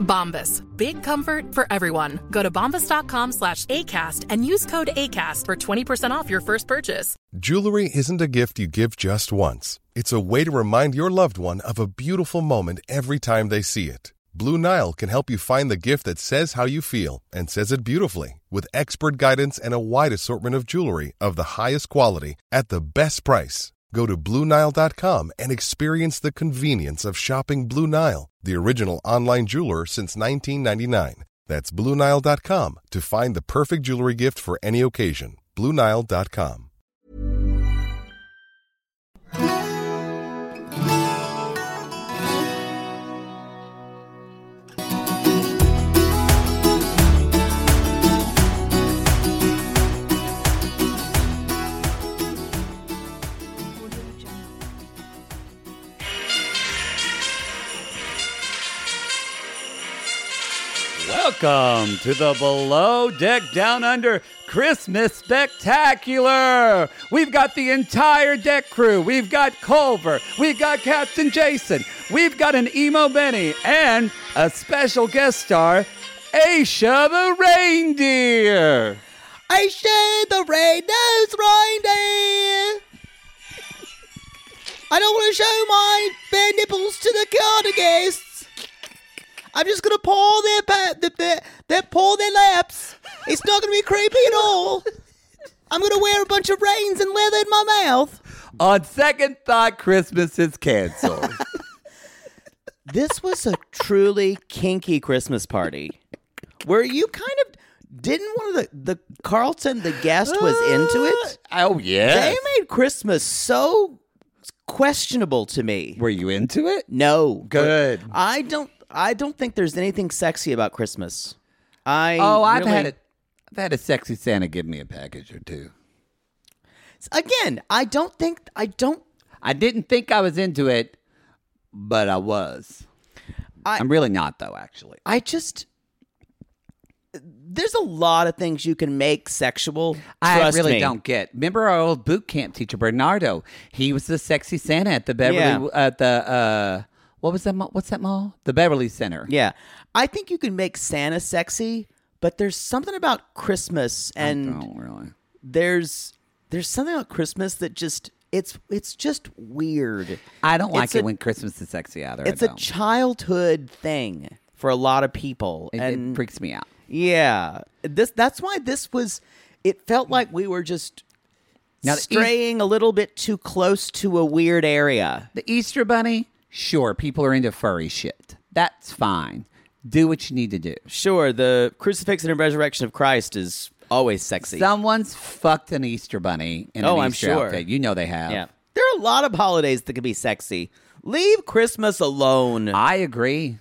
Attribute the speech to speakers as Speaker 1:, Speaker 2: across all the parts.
Speaker 1: Bombas. Big comfort for everyone. Go to bombas.com slash ACAST and use code ACAST for 20% off your first purchase.
Speaker 2: Jewelry isn't a gift you give just once. It's a way to remind your loved one of a beautiful moment every time they see it. Blue Nile can help you find the gift that says how you feel and says it beautifully with expert guidance and a wide assortment of jewelry of the highest quality at the best price. Go to BlueNile.com and experience the convenience of shopping Blue Nile, the original online jeweler since 1999. That's BlueNile.com to find the perfect jewelry gift for any occasion. BlueNile.com.
Speaker 3: Welcome to the Below Deck Down Under Christmas Spectacular. We've got the entire deck crew. We've got Culver. We've got Captain Jason. We've got an emo Benny and a special guest star, Aisha the Reindeer.
Speaker 4: Aisha the red nosed reindeer. I don't want to show my bare nipples to the carter guests. I'm just gonna pour their pa- their, their, their pour their laps. It's not gonna be creepy at all. I'm gonna wear a bunch of reins and leather in my mouth.
Speaker 3: On second thought, Christmas is canceled.
Speaker 4: This was a truly kinky Christmas party, where you kind of didn't one of the the Carlton the guest was into it.
Speaker 3: oh, yeah.
Speaker 4: They made Christmas so questionable to me.
Speaker 3: Were you into it?
Speaker 4: No,
Speaker 3: Good.
Speaker 4: but I don't. I don't think there's anything sexy about Christmas. I
Speaker 3: Oh, I've
Speaker 4: really-
Speaker 3: had it. I've had a sexy Santa give me a package or two.
Speaker 4: again. I don't think. I don't.
Speaker 3: I didn't think I was into it, but I was.
Speaker 4: I-
Speaker 3: I'm really not though, actually.
Speaker 4: I just. There's a lot of things you can make sexual.
Speaker 3: I
Speaker 4: Trust
Speaker 3: really
Speaker 4: me.
Speaker 3: don't get. Remember our old boot camp teacher Bernardo? He was the sexy Santa at the Beverly
Speaker 4: Yeah.
Speaker 3: at the uh what was that mall? What's that mall? The Beverly Center.
Speaker 4: Yeah, I think you can make Santa sexy, but there's something about Christmas and
Speaker 3: I don't really.
Speaker 4: there's there's something about Christmas that just it's it's just weird.
Speaker 3: I don't
Speaker 4: It's
Speaker 3: like it
Speaker 4: a-
Speaker 3: when Christmas is sexy either. I
Speaker 4: It's a
Speaker 3: don't.
Speaker 4: childhood thing for a lot of people,
Speaker 3: It-
Speaker 4: and
Speaker 3: it freaks me out.
Speaker 4: yeah, this that's why this was. It felt like we were just
Speaker 3: Now,
Speaker 4: e-
Speaker 3: the East-
Speaker 4: straying a little bit too close to a weird area.
Speaker 3: The Easter Bunny, sure, people are into furry shit. That's fine. Do what you need to do.
Speaker 4: Sure, the crucifixion and resurrection of Christ is always sexy.
Speaker 3: Someone's fucked an Easter bunny in
Speaker 4: Oh,
Speaker 3: an
Speaker 4: I'm
Speaker 3: Easter
Speaker 4: sure.
Speaker 3: outfit. You know they have.
Speaker 4: yeah, there are a lot of holidays that can be sexy. Leave Christmas alone.
Speaker 3: I agree.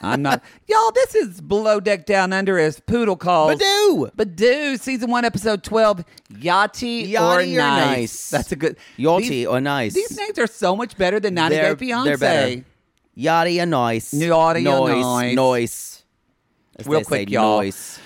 Speaker 3: I'm not. Y'all, this is Below Deck Down Under as Poodle calls.
Speaker 4: Badoo!
Speaker 3: Badoo, season one, episode 12. Yachty, or, nice.
Speaker 4: Yachty or nice.
Speaker 3: That's a good.
Speaker 4: Yachty
Speaker 3: These-
Speaker 4: or nice.
Speaker 3: These names are so much better than 90 Day Fiancé.
Speaker 4: They're better. Yachty a noise.
Speaker 3: Yachty a nice.
Speaker 4: noise. Noise. As
Speaker 3: Real
Speaker 4: they
Speaker 3: quick,
Speaker 4: say,
Speaker 3: y'all.
Speaker 4: noise.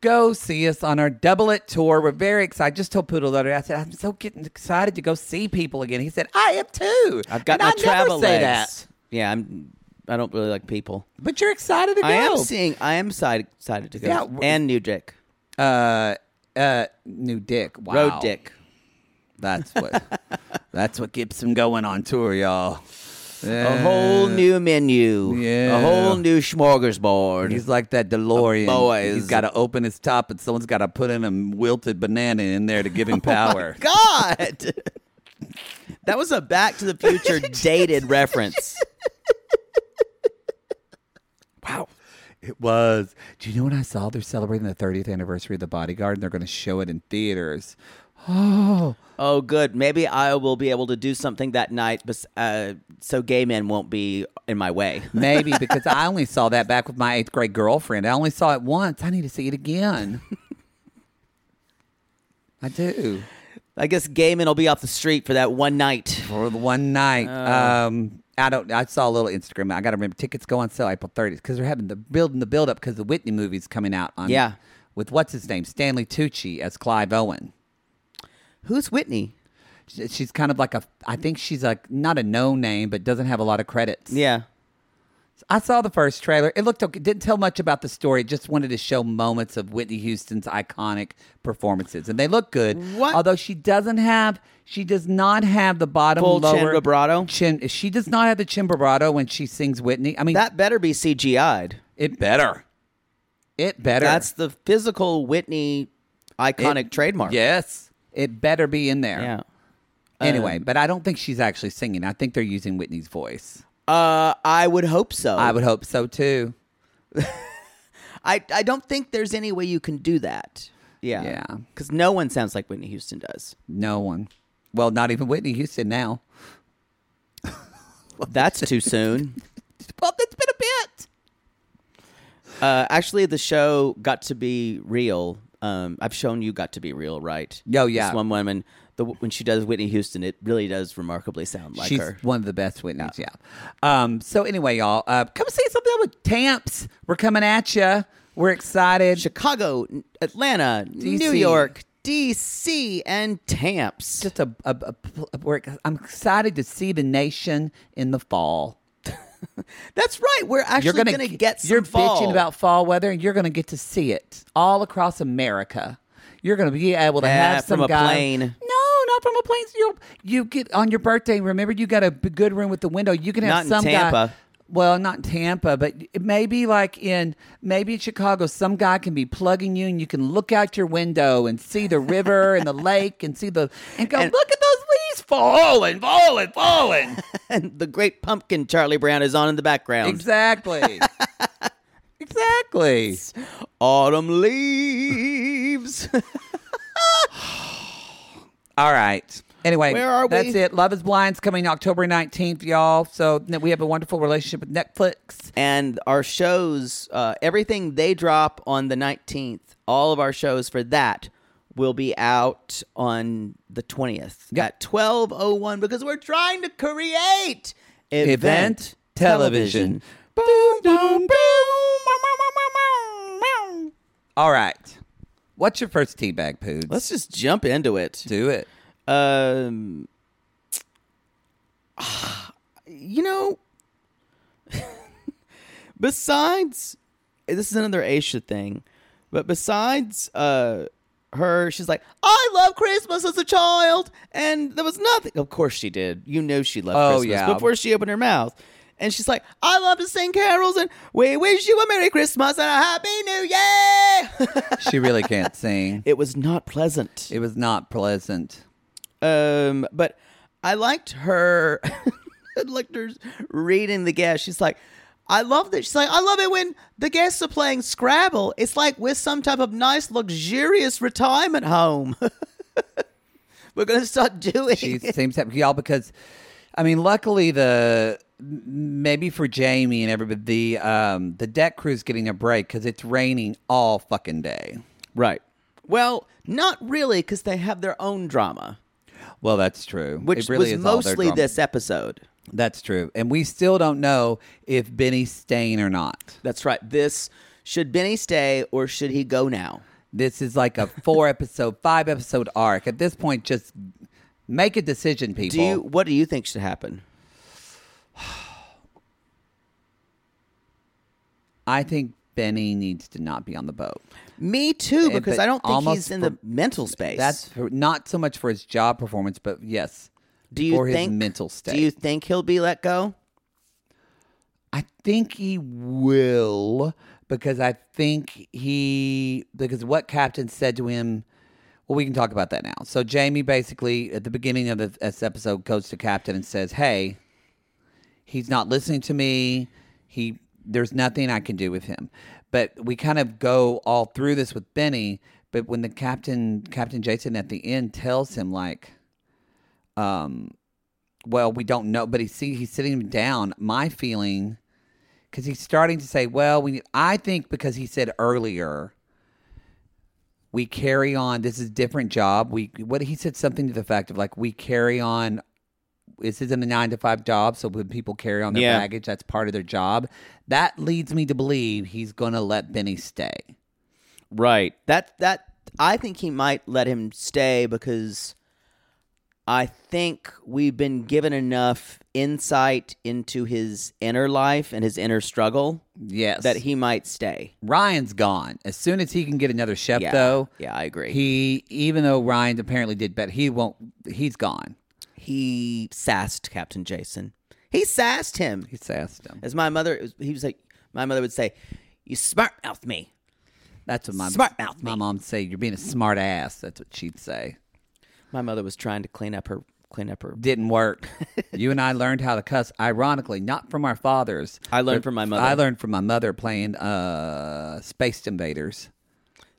Speaker 3: go see us on our Double It tour. We're very excited. I just told Poodle the other day, I said, I'm so getting excited to go see people again. He said, I am too.
Speaker 4: I've got
Speaker 3: and
Speaker 4: my
Speaker 3: I
Speaker 4: travel
Speaker 3: never say
Speaker 4: legs.
Speaker 3: that.
Speaker 4: Yeah, I'm. I don't really like people.
Speaker 3: But you're excited to go.
Speaker 4: I am seeing. I am side, excited to go.
Speaker 3: Yeah, w-
Speaker 4: and new dick,
Speaker 3: uh, uh, new dick. Wow.
Speaker 4: road dick.
Speaker 3: That's what. that's what keeps him going on tour, y'all.
Speaker 4: A whole new menu.
Speaker 3: Uh, yeah.
Speaker 4: A whole new smorgasbord.
Speaker 3: He's like that DeLorean.
Speaker 4: Boys.
Speaker 3: He's got to open his top, and someone's got to put in a wilted banana in there to give him power.
Speaker 4: God. that was a Back to the Future dated reference.
Speaker 3: wow. It was. Do you know what I saw? They're celebrating the 30th anniversary of The Bodyguard, and they're going to show it in theaters. Oh,
Speaker 4: Oh, good. Maybe I will be able to do something that night, bes- uh, so gay men won't be in my way.
Speaker 3: maybe because I only saw that back with my eighth grade girlfriend. I only saw it once. I need to see it again. I do.
Speaker 4: I guess Gaiman will be off the street for that one night.
Speaker 3: for the one night.
Speaker 4: Uh.
Speaker 3: um, I don't. I saw a little Instagram. I got to remember tickets go on sale April 30th because they're having the building the build up because the Whitney movie's coming out on
Speaker 4: Yeah.
Speaker 3: with what's his name Stanley Tucci as Clive Owen.
Speaker 4: Who's Whitney?
Speaker 3: She- She's kind of like a. I think she's like not a known name, but doesn't have a lot of credits.
Speaker 4: Yeah.
Speaker 3: I saw the first trailer. It looked okay. It didn't tell much about the story. It just wanted to show moments of Whitney Houston's iconic performances, and they look good.
Speaker 4: What-
Speaker 3: Although she doesn't have, she does not have the bottom
Speaker 4: Full chin
Speaker 3: lower
Speaker 4: vibrato?
Speaker 3: Chin. She does not have the chin vibrato when she sings Whitney. I mean,
Speaker 4: That better be CGI'd.
Speaker 3: it better. It better.
Speaker 4: That's the physical Whitney iconic
Speaker 3: It-
Speaker 4: trademark.
Speaker 3: Yes, it better be in there.
Speaker 4: Yeah. Uh,
Speaker 3: Anyway, but I don't think she's actually singing. I think they're using Whitney's voice.
Speaker 4: Uh, I would hope so.
Speaker 3: I would hope so too.
Speaker 4: I, I don't think there's any way you can do that. Yeah.
Speaker 3: Yeah.
Speaker 4: Because no one sounds like Whitney Houston does.
Speaker 3: No one. Well, not even Whitney Houston now.
Speaker 4: That's too soon.
Speaker 3: Well, that's been a bit.
Speaker 4: Uh, actually, the show got to be real. Um, I've shown you got to be real, right?
Speaker 3: Oh, yeah.
Speaker 4: This one woman, the, when she does Whitney Houston, it really does remarkably sound like
Speaker 3: She's
Speaker 4: her.
Speaker 3: one of the best Whitney's, yeah. Um, so anyway, y'all, uh, come see something with Tamps. We're coming at you. We're excited.
Speaker 4: Chicago, Atlanta, New
Speaker 3: DC.
Speaker 4: York, D.C., and Tamps.
Speaker 3: Just a, a, a, a- we're, I'm excited to see the nation in the fall.
Speaker 4: That's right. We're actually going to get some
Speaker 3: you're
Speaker 4: fall.
Speaker 3: bitching about fall weather, and you're gonna get to see it all across America. You're gonna be able to
Speaker 4: Yeah,
Speaker 3: have
Speaker 4: from
Speaker 3: some
Speaker 4: a
Speaker 3: guy-
Speaker 4: plane.
Speaker 3: No, not from a plane. You you get on your birthday. Remember, you got a b- good room with the window. You can
Speaker 4: Not
Speaker 3: have
Speaker 4: in
Speaker 3: some
Speaker 4: Tampa.
Speaker 3: guy. Well, not in Tampa, but maybe like in maybe in Chicago, some guy can be plugging you, and you can look out your window and see the river and the lake, and see the and go
Speaker 4: And-
Speaker 3: look at those leaves falling, falling, falling.
Speaker 4: and the great pumpkin Charlie Brown is on in the background.
Speaker 3: exactly, exactly.
Speaker 4: Autumn leaves.
Speaker 3: All right. Anyway,
Speaker 4: Where are
Speaker 3: that's
Speaker 4: we?
Speaker 3: it. Love is Blind's coming October 19th, y'all. So n- we have a wonderful relationship with Netflix.
Speaker 4: and our shows, uh, everything they drop on the 19th, all of our shows for that will be out on the 20th
Speaker 3: Yep.
Speaker 4: at 1201 because we're trying to create event, television.
Speaker 3: Boom, boom, boom. All right. What's your first teabag, Poods?
Speaker 4: Let's just jump into it.
Speaker 3: do it.
Speaker 4: Um, you know, besides, this is another Aisha thing, but besides uh, her, she's like, I love Christmas as a child, and there was nothing. Of course she did. You know she loved
Speaker 3: Oh,
Speaker 4: Christmas
Speaker 3: yeah.
Speaker 4: before she opened her mouth. And she's like, I love to sing carols, and we wish you a Merry Christmas and a Happy New Year.
Speaker 3: She really can't sing.
Speaker 4: it was not pleasant.
Speaker 3: It was not pleasant.
Speaker 4: Um, but I liked her. I liked her reading the guest. She's like, I love that. She's like, I love it when the guests are playing Scrabble. It's like we're some type of nice, luxurious retirement home. we're gonna start doing.
Speaker 3: She
Speaker 4: it.
Speaker 3: seems happy, y'all, because I mean, luckily the m- maybe for Jamie and everybody, the um, the deck crew's getting a break because it's raining all fucking day.
Speaker 4: right. Well, not really, because they have their own drama,
Speaker 3: Well, that's true.
Speaker 4: which
Speaker 3: it really
Speaker 4: was
Speaker 3: is all their
Speaker 4: mostly
Speaker 3: drama.
Speaker 4: this episode.
Speaker 3: That's true, and we still don't know if Benny's staying or not.
Speaker 4: That's right. This should Benny stay or should he go now?
Speaker 3: This is like a four episode, five episode arc. At this point, just make a decision, people.
Speaker 4: Do you? What do you think should happen?
Speaker 3: I think Benny needs to not be on the boat.
Speaker 4: Me too,
Speaker 3: Eh,
Speaker 4: because
Speaker 3: but
Speaker 4: I don't think
Speaker 3: almost
Speaker 4: he's in
Speaker 3: for-
Speaker 4: the mental space.
Speaker 3: That's for, not so much for his job performance, but yes,
Speaker 4: do you
Speaker 3: for his
Speaker 4: think
Speaker 3: mental state.
Speaker 4: Do you think he'll be let go?
Speaker 3: I think he will because I think he because what Captain said to him. Well, we can talk about that now. So Jamie basically at the beginning of the, this episode goes to Captain and says, "Hey, he's not listening to me. He there's nothing I can do with him." But we kind of go all through this with Benny. But when the Captain Captain Jason at the end tells him like, um, well, we don't know, but he see he's sitting him down. My feeling, because he's starting to say, well, we. I think because he said earlier we carry on. This is a different job. We what he said something to the effect of like we carry on. This isn't a nine to five job, so when people carry on their
Speaker 5: Yeah.
Speaker 3: baggage, that's part of their job. That leads me to believe he's going to let Benny stay.
Speaker 4: Right. That that I think he might let him stay because I think we've been given enough insight into his inner life and his inner struggle
Speaker 3: Yes,
Speaker 4: that he might stay.
Speaker 3: Ryan's gone. As soon as he can get another chef,
Speaker 4: Yeah.
Speaker 3: though,
Speaker 4: Yeah, I agree.
Speaker 3: He, even though Ryan apparently did better, he won't. He's gone.
Speaker 4: He sassed Captain Jason. He sassed him.
Speaker 3: He sassed him.
Speaker 4: As my mother it was, he was like my mother would say, "You smart mouth me."
Speaker 3: That's what my
Speaker 4: Smart mouth
Speaker 3: My
Speaker 4: me.
Speaker 3: mom say you're being a smart ass. That's what she'd say.
Speaker 4: My mother was trying to clean up her clean up her
Speaker 3: Didn't work. you and I learned how to cuss. Ironically, not from our fathers.
Speaker 4: I learned
Speaker 3: but
Speaker 4: from my mother.
Speaker 3: I learned from my mother playing uh, Space Invaders.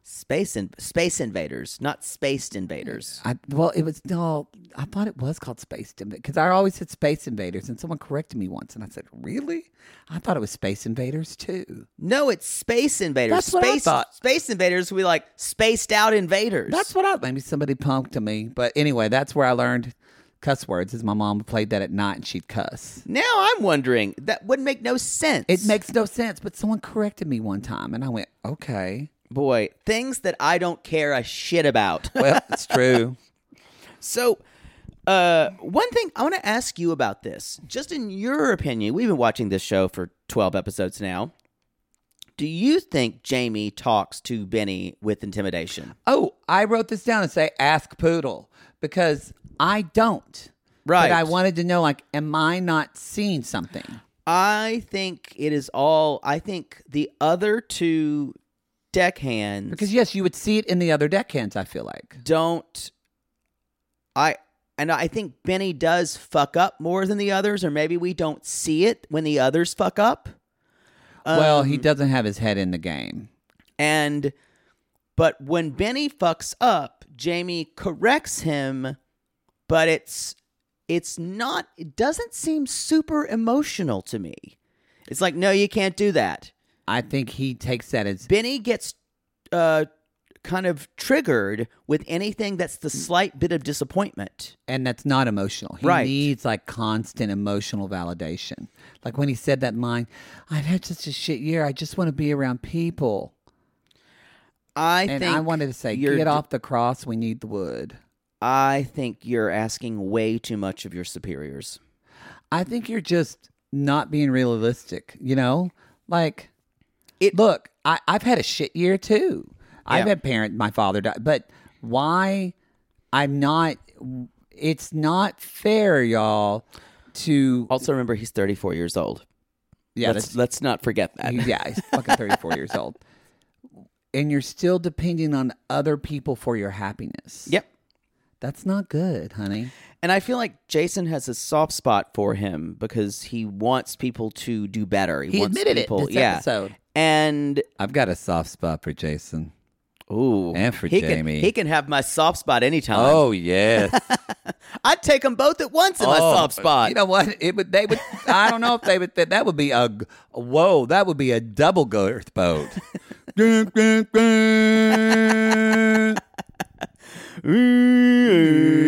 Speaker 4: space in, space invaders, not spaced invaders.
Speaker 3: I well, it was no. I thought it was called Space Invaders because I always said Space Invaders, and someone corrected me once, and I said, "Really? I thought it was Space Invaders too."
Speaker 4: No, it's Space Invaders.
Speaker 3: That's what
Speaker 4: space,
Speaker 3: I thought.
Speaker 4: Space Invaders would be like spaced out invaders.
Speaker 3: That's what I maybe somebody punked to me, but anyway, that's where I learned cuss words. Is my mom played that at night and she'd cuss.
Speaker 4: now I'm wondering. That would make no sense.
Speaker 3: It makes no sense, but someone corrected me one time, and I went, "Okay,
Speaker 4: boy things that I don't care a shit about.
Speaker 3: well, it's true."
Speaker 4: so, uh, one thing I want to ask you about this, just in your opinion, we've been watching this show for 12 episodes now. Do you think Jamie talks to Benny with intimidation?
Speaker 3: Oh, I wrote this down and say, "Ask Poodle," because I don't.
Speaker 4: Right. Mm.
Speaker 3: But I wanted to know, like, am I not seeing something?
Speaker 4: I think it is all. I think the other two deckhands
Speaker 3: Because yes, you would see it in the other deckhands. I feel like.
Speaker 4: don't I and I think Benny does fuck up more than the others, or maybe we don't see it when the others fuck up.
Speaker 3: well, he
Speaker 4: Um,
Speaker 3: doesn't have his head in the game.
Speaker 4: and but when Benny fucks up, Jamie corrects him, but it's it's not it doesn't seem super emotional to me. It's like, no, you can't do that.
Speaker 3: I think he takes that as
Speaker 4: Benny gets uh kind of triggered with anything that's the
Speaker 3: Mm.
Speaker 4: slight bit of disappointment.
Speaker 3: and that's not emotional. He
Speaker 4: Right.
Speaker 3: needs like constant emotional validation. Like when he said that line, I've had such a shit year. I just want to be around people.
Speaker 4: I
Speaker 3: and
Speaker 4: think
Speaker 3: I wanted to say,
Speaker 4: you're
Speaker 3: get
Speaker 4: d-
Speaker 3: off the cross. We need the wood.
Speaker 4: I think you're asking way too much of your superiors.
Speaker 3: I think you're just not being realistic. You know, like
Speaker 4: It-
Speaker 3: Look, I, I've had a shit year too. I've
Speaker 4: Yeah.
Speaker 3: had parent. My father died, but why? I'm not. It's not fair, y'all. To
Speaker 4: Also, remember he's 34 years old.
Speaker 3: yeah,
Speaker 4: let's, let's not forget that.
Speaker 3: You- yeah, he's fucking 34 years old. And you're still depending on other people for your happiness.
Speaker 4: Yep.
Speaker 3: That's not good, honey.
Speaker 4: And I feel like Jason has a soft spot for him because he wants people to do better. He,
Speaker 3: He
Speaker 4: wants
Speaker 3: admitted it
Speaker 4: people,
Speaker 3: this
Speaker 4: yeah.
Speaker 3: episode.
Speaker 4: And
Speaker 3: I've got a soft spot for Jason.
Speaker 4: ooh,
Speaker 3: And for
Speaker 4: he
Speaker 3: Jamie.
Speaker 4: can, he can have my soft spot anytime.
Speaker 3: yes.
Speaker 4: I'd take them both at once in my
Speaker 3: Oh,
Speaker 4: soft spot.
Speaker 3: You know what? It would they would I don't know if they would that, that would be a g- whoa, that would be a double girth boat.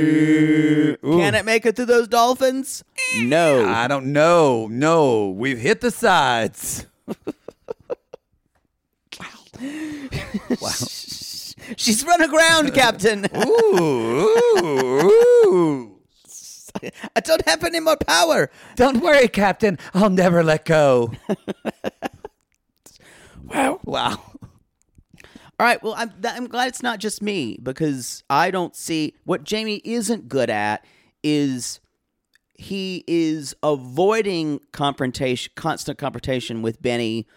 Speaker 4: can it make it through those dolphins? no.
Speaker 3: I don't know. No, we've hit the sides.
Speaker 4: She's run aground, Captain.
Speaker 3: Ooh.
Speaker 4: I don't have any more power.
Speaker 3: Don't worry, Captain. I'll never let go.
Speaker 4: Wow.
Speaker 3: Wow.
Speaker 4: All right. Well, I'm, th- I'm glad it's not just me because I don't see what Jamie isn't good at is he is avoiding confrontation, constant confrontation with Benny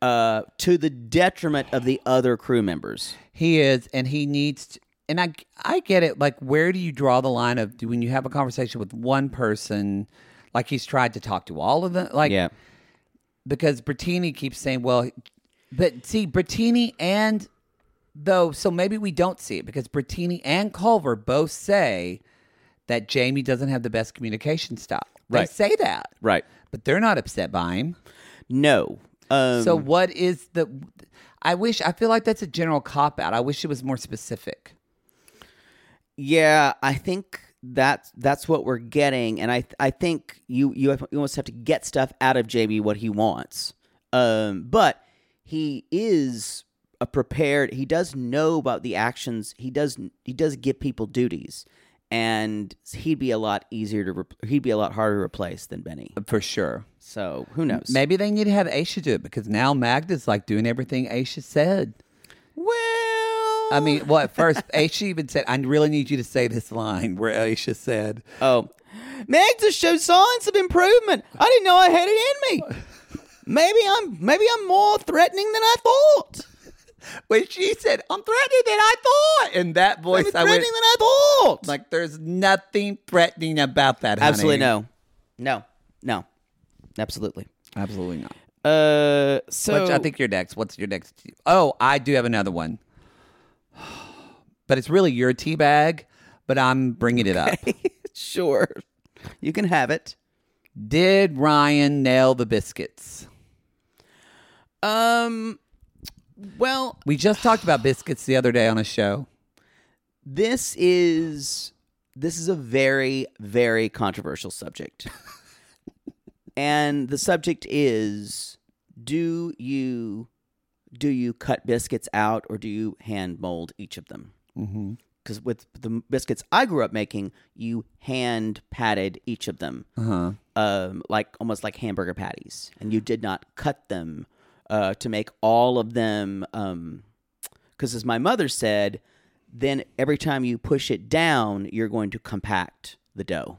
Speaker 4: uh, to the detriment of the other crew members.
Speaker 3: He is, and he needs. To, and I, I get it. Like, where do you draw the line of do- when you have a conversation with one person? Like he's tried to talk to all of them. Like, because Bertini keeps saying, well, but see, Bertini and though, so maybe we don't see it because Bertini and Culver both say that Jamie doesn't have the best communication style. They
Speaker 4: Right.
Speaker 3: say that.
Speaker 4: Right.
Speaker 3: But they're not upset by him.
Speaker 4: No. Um,
Speaker 3: so what is the I wish, I feel like that's a general cop out. I wish it was more specific.
Speaker 4: Yeah, I think that's that's what we're getting, and I I think you you, have, you almost have to get stuff out of JB what he wants. Um, but he is a prepared. He does know about the actions. He does he does give people duties, and he'd be a lot easier to rep- he'd be a lot harder to replace than Benny.
Speaker 3: For sure.
Speaker 4: So who knows?
Speaker 3: Maybe they need to have Aisha do it because now Magda's like doing everything Aisha said.
Speaker 4: well,
Speaker 3: I mean, well, at first, Aisha even said, I really need you to say this line where Aisha said,
Speaker 4: Oh. Magda showed signs of improvement. I didn't know I had it in me. Maybe I'm maybe I'm more threatening than I thought.
Speaker 3: when she said, I'm threatening than I thought. In that
Speaker 4: I'm
Speaker 3: voice, I
Speaker 4: threatening
Speaker 3: went,
Speaker 4: than I thought.
Speaker 3: like, there's nothing threatening about that, honey.
Speaker 4: Absolutely no. No. No. Absolutely.
Speaker 3: Absolutely not.
Speaker 4: Uh so
Speaker 3: Which I think your next. What's your next? Oh, I do have another one. But it's really your tea bag, but I'm bringing it up.
Speaker 4: sure. You can have it.
Speaker 3: Did Ryan nail the biscuits?
Speaker 4: Um well,
Speaker 3: We just talked about biscuits the other day on a show.
Speaker 4: this is this is a very very controversial subject and the subject is do you do you cut biscuits out or do you hand mold each of them because mm-hmm. with the biscuits i grew up making you hand patted each of them uh-huh. um, like almost like hamburger patties and you did not cut them uh, to make all of them um, because as my mother said, then every time you push it down, you're going to compact the dough.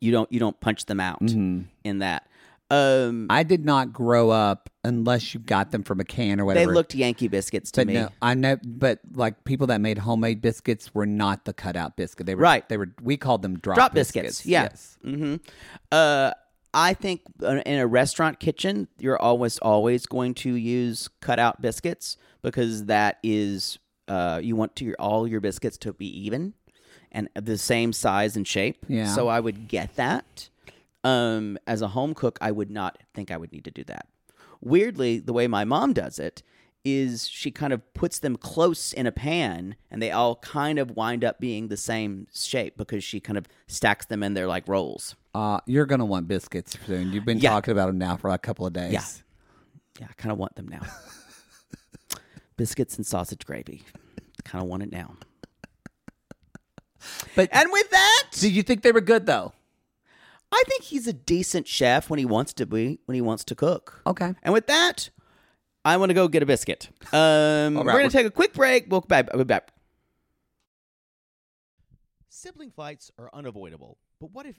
Speaker 4: You don't you don't punch them out in that. Um,
Speaker 3: I did not grow up unless you got them from a can or
Speaker 4: they
Speaker 3: whatever.
Speaker 4: looked Yankee biscuits to
Speaker 3: but
Speaker 4: me.
Speaker 3: no, I know, but like people that made homemade biscuits were not the cutout biscuit. They were
Speaker 4: Right.
Speaker 3: They were. We called them drop,
Speaker 4: Drop biscuits, yeah. hmm Uh, I think uh, in a restaurant kitchen, you're always always going to use cutout biscuits because that is uh, you want to your, all your biscuits to be even and the same size and shape.
Speaker 3: Yeah.
Speaker 4: So I would get that. Um, as a home cook, I would not think I would need to do that. Weirdly, the way my mom does it is she kind of puts them close in a pan and they all kind of wind up being the same shape because she kind of stacks them in there like rolls.
Speaker 3: Uh, you're gonna want biscuits soon. You've been
Speaker 4: Yeah.
Speaker 3: talking about them now for a couple of days.
Speaker 4: Yeah. Yeah, I kind of want them now. Biscuits and sausage gravy. Kind of want it now.
Speaker 3: But
Speaker 4: And with that,
Speaker 3: do you think they were good though?
Speaker 4: I think he's a decent chef when he wants to be, when he wants to cook.
Speaker 3: Okay.
Speaker 4: And with that, I want to go get a biscuit. Um,
Speaker 3: right,
Speaker 4: we're going
Speaker 3: we're-
Speaker 4: to take a quick break. We'll be back. We'll be back.
Speaker 5: Sibling fights are unavoidable, but what if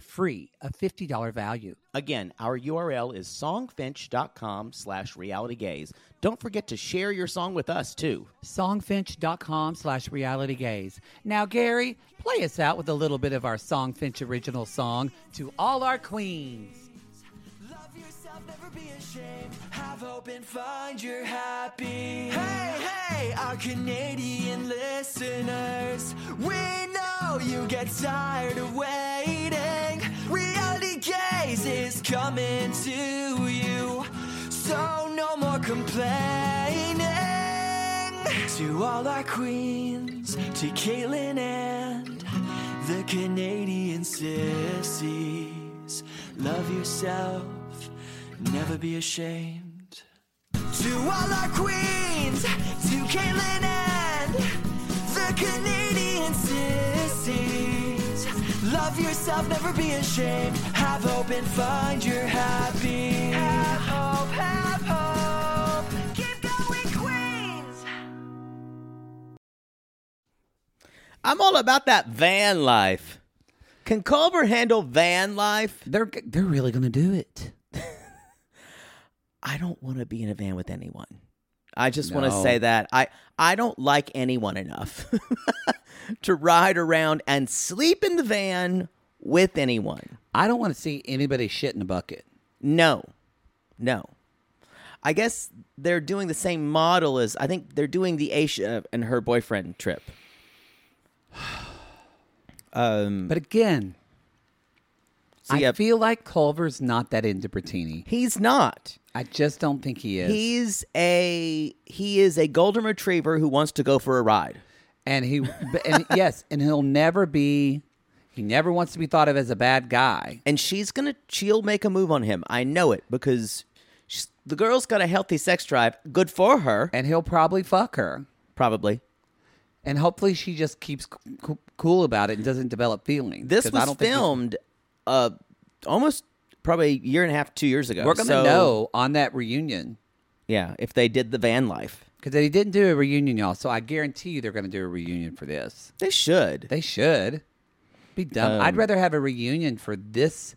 Speaker 3: free, a $50 value.
Speaker 4: Again, our URL is songfinch.com slash realitygaze. Don't forget to share your song with us, too.
Speaker 3: Songfinch.com slash realitygaze. Now, Gary, play us out with a little bit of our Songfinch original song, To All Our Queens.
Speaker 6: Love yourself, never be ashamed. Have hope and find your happy. Hey, hey, our Canadian listeners. We know you get tired of waiting. Reality Gaze is coming to you. So no more complaining. To all our queens, to Caitlin and the Canadian sissies. Love yourself, never be ashamed. To all our queens, to Caitlin and the Canadian sissies. Love Love yourself, never be ashamed. Have hope and find your happy. Have hope, have hope. Keep going, Queens.
Speaker 4: I'm all about that van life. Can Culver handle van life?
Speaker 5: They're they're really gonna do it.
Speaker 4: I don't want to be in a van with anyone. I just want to
Speaker 3: No.
Speaker 4: say that I I don't like anyone enough to ride around and sleep in the van with anyone.
Speaker 3: I don't want to see anybody shit in a bucket.
Speaker 4: No. No. I guess they're doing the same model as I think they're doing the Aisha and her boyfriend trip. Um,
Speaker 3: But again,
Speaker 4: so
Speaker 3: I
Speaker 4: yeah,
Speaker 3: feel like Culver's not that into Bertini.
Speaker 4: he's not.
Speaker 3: I just don't think he is.
Speaker 4: He's a he is a golden retriever who wants to go for a ride.
Speaker 3: and he, but- and yes, and he'll never be. He never wants to be thought of as a bad guy.
Speaker 4: and she's gonna she'll make a move on him. I know it because she's, the girl's got a healthy sex drive. Good for her,
Speaker 3: And he'll probably fuck her.
Speaker 4: probably.
Speaker 3: And hopefully she just keeps c- c- cool about it and doesn't develop feelings.
Speaker 4: This
Speaker 3: 'cause I
Speaker 4: was
Speaker 3: don't think he's-
Speaker 4: filmed uh, almost probably a year and a half, two years ago.
Speaker 3: We're gonna
Speaker 4: So,
Speaker 3: know on that reunion
Speaker 4: yeah, if they did the van life,
Speaker 3: because they didn't do a reunion, y'all. So I guarantee you they're gonna do a reunion for this.
Speaker 4: they should.
Speaker 3: They should be dumb. I'd rather have a reunion for this.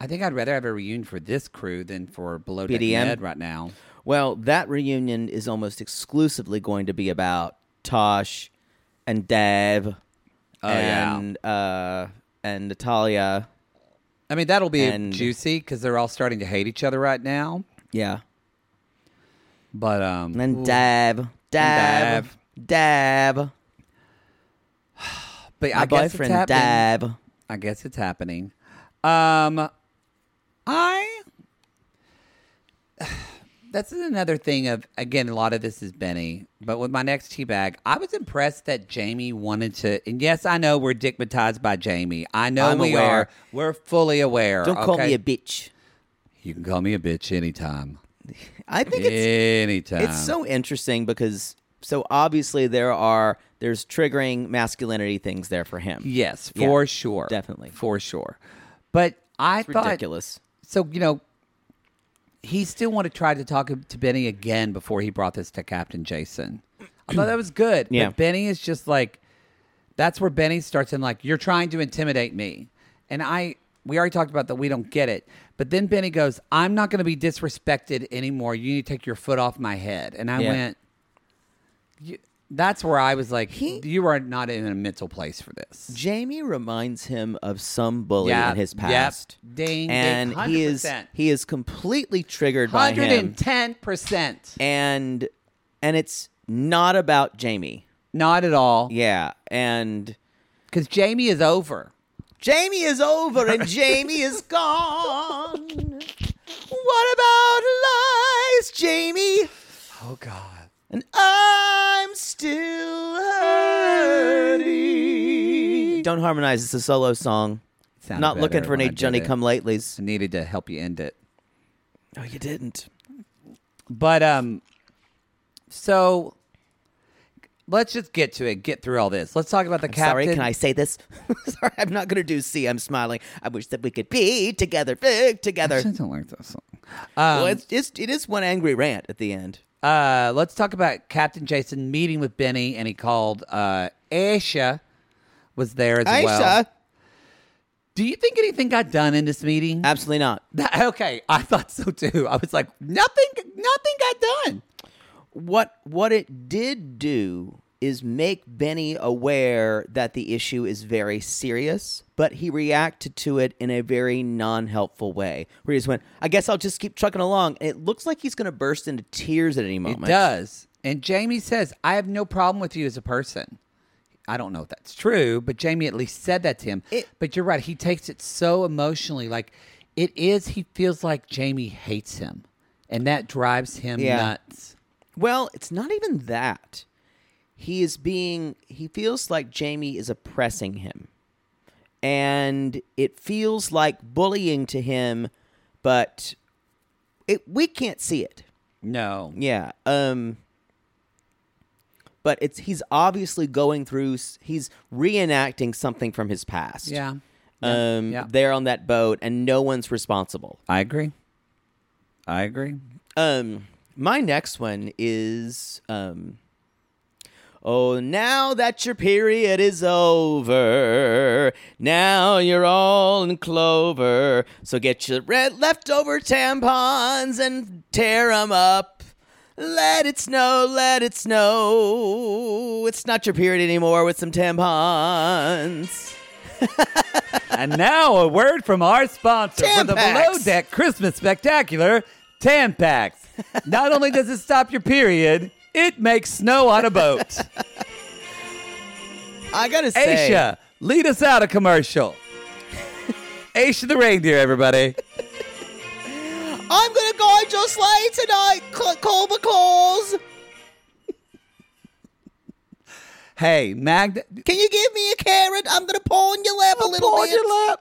Speaker 3: I think I'd rather have a reunion for this crew than for Below Deck
Speaker 4: BDM?
Speaker 3: Med right now.
Speaker 4: well, that reunion is almost exclusively going to be about Tosh and Dev Oh,
Speaker 3: yeah.
Speaker 4: and uh, and Natalia.
Speaker 3: I mean, that'll be
Speaker 4: And-
Speaker 3: juicy because they're all starting to hate each other right now.
Speaker 4: Yeah,
Speaker 3: But um,
Speaker 4: and then Dev, Dev, Dev.
Speaker 3: but
Speaker 4: my
Speaker 3: I guess it's
Speaker 4: boyfriend
Speaker 3: happening.
Speaker 4: Dab.
Speaker 3: I guess it's happening. Um, I. That's another thing of again. A lot of this is Benny, but with my next tea bag, I was impressed that Jamie wanted to. And yes, I know we're digmatized by Jamie. I know
Speaker 4: I'm
Speaker 3: we
Speaker 4: aware.
Speaker 3: are. We're fully aware.
Speaker 4: Don't call me
Speaker 3: okay?
Speaker 4: a bitch.
Speaker 3: You can call me a bitch anytime.
Speaker 4: I think it's
Speaker 3: Anytime.
Speaker 4: it's so interesting because so obviously there are there's triggering masculinity things there for him.
Speaker 3: Yes,
Speaker 4: Yeah,
Speaker 3: for sure.
Speaker 4: definitely.
Speaker 3: For sure. But I
Speaker 4: It's
Speaker 3: thought
Speaker 4: ridiculous.
Speaker 3: so, you know, he still wanted to try to talk to Benny again before he brought this to Captain Jason. I thought that was good.
Speaker 4: Yeah.
Speaker 3: But Benny is just like that's where Benny starts in like, you're trying to intimidate me. And I we already talked about that we don't get it. But then Benny goes, I'm not gonna be disrespected anymore. You need to take your foot off my head. And I
Speaker 4: Yeah.
Speaker 3: went you, that's where I was like, you are not in a mental place for this.
Speaker 4: Jamie reminds him of some bully
Speaker 3: Yeah,
Speaker 4: in his
Speaker 3: yep.
Speaker 4: past.
Speaker 3: Ding, ding,
Speaker 4: and he is
Speaker 3: 100%.
Speaker 4: he is completely triggered by
Speaker 3: Hundred
Speaker 4: him.
Speaker 3: and ten percent.
Speaker 4: And and it's not about Jamie.
Speaker 3: Not at all.
Speaker 4: Yeah. And
Speaker 3: Because Jamie is over.
Speaker 4: Jamie is over and Jamie is gone. What about lies, Jamie?
Speaker 3: Oh God.
Speaker 4: And I'm still hurting. Don't harmonize. It's a solo song.
Speaker 3: Sounded
Speaker 4: Not looking
Speaker 3: better
Speaker 4: for
Speaker 3: when I
Speaker 4: any
Speaker 3: did
Speaker 4: Johnny
Speaker 3: it.
Speaker 4: Come Latelys.
Speaker 3: I needed to help you end it.
Speaker 4: No, you didn't.
Speaker 3: But um so let's just get to it, get through all this. Let's talk about the captain.
Speaker 4: Sorry, can I say this? Sorry, I'm not gonna do C. I'm smiling. I wish that we could be together, big together.
Speaker 3: I don't like that song.
Speaker 4: well, it's, it's it is one angry rant at the end.
Speaker 3: Uh, let's talk about Captain Jason meeting with Benny, and he called uh, Aisha was there as well.
Speaker 4: Aisha?
Speaker 3: do you think anything got done in this meeting?
Speaker 4: Absolutely not.
Speaker 3: That- okay, I thought so too. I was like, nothing, nothing got done.
Speaker 4: What what it did do is make Benny aware that the issue is very serious, but he reacted to it in a very non-helpful way. Where he just went, "I guess I'll just keep trucking along." And it looks like he's going to burst into tears at any moment.
Speaker 3: It does. And Jamie says, I have no problem with you as a person. I don't know if that's true, but Jamie at least said that to him.
Speaker 4: It-
Speaker 3: but you're right. He takes it so emotionally. Like it is, he feels like Jamie hates him, and that drives him
Speaker 4: Yeah.
Speaker 3: nuts.
Speaker 4: Well, it's not even that. He is being he feels like Jamie is oppressing him. And it feels like bullying to him, but it we can't see it.
Speaker 3: No.
Speaker 4: Yeah. Um but it's he's obviously going through s- he's reenacting something from his past.
Speaker 3: Yeah.
Speaker 4: um,
Speaker 3: yeah.
Speaker 4: they're on that boat and no one's responsible.
Speaker 3: I agree. I agree.
Speaker 4: Um, my next one is um. Oh, now that your period is over, now you're all in clover. So get your red leftover tampons and tear 'em up. Let it snow, let it snow. It's not your period anymore with some tampons.
Speaker 3: and now a word from our sponsor for the
Speaker 4: Tampax.
Speaker 3: Below Deck Christmas Spectacular, Tampax. Not only does it stop your period, it makes snow on a boat.
Speaker 4: I gotta say.
Speaker 3: Aisha, lead us out a commercial. Aisha the reindeer, everybody.
Speaker 7: I'm gonna guide your sleigh tonight, Cl- Clover Claus.
Speaker 3: Hey, Magda,
Speaker 7: Can you give me a carrot? I'm gonna pawn your lap a little
Speaker 3: Paul,
Speaker 7: bit.
Speaker 3: your lap.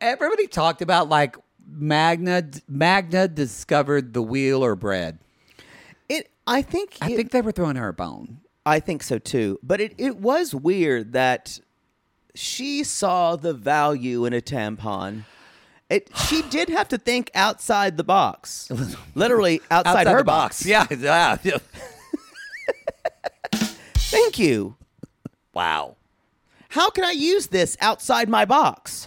Speaker 3: Everybody talked about like Magna. Magna discovered the wheel or bread.
Speaker 4: It, I think
Speaker 3: I
Speaker 4: it-
Speaker 3: think they were throwing her a bone.
Speaker 4: I think so too. But it, it was weird that she saw the value in a tampon. It, she did have to think outside the box, literally outside, her
Speaker 3: the
Speaker 4: box.
Speaker 3: Yeah, yeah. yeah.
Speaker 4: Thank you.
Speaker 3: Wow.
Speaker 4: How can I use this outside my box?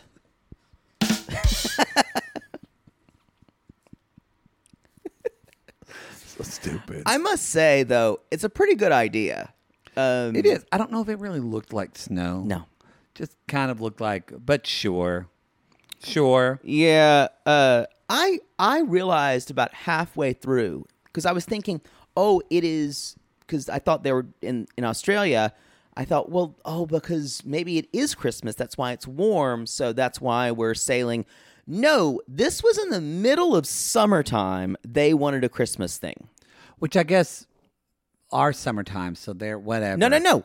Speaker 3: Stupid.
Speaker 4: I must say though, it's a pretty good idea. Um,
Speaker 3: it is. I don't know if it really looked like snow.
Speaker 4: No.
Speaker 3: Just kind of looked like, but sure. Sure.
Speaker 4: Yeah, uh, I I realized about halfway through because I was thinking, oh, it is because I thought they were in in Australia. I thought, well, oh, because maybe it is Christmas. That's why it's warm. So that's why we're sailing. No, this was in the middle of summertime. They wanted a Christmas thing.
Speaker 3: Which I guess are summertime, so they're whatever.
Speaker 4: No, no, no.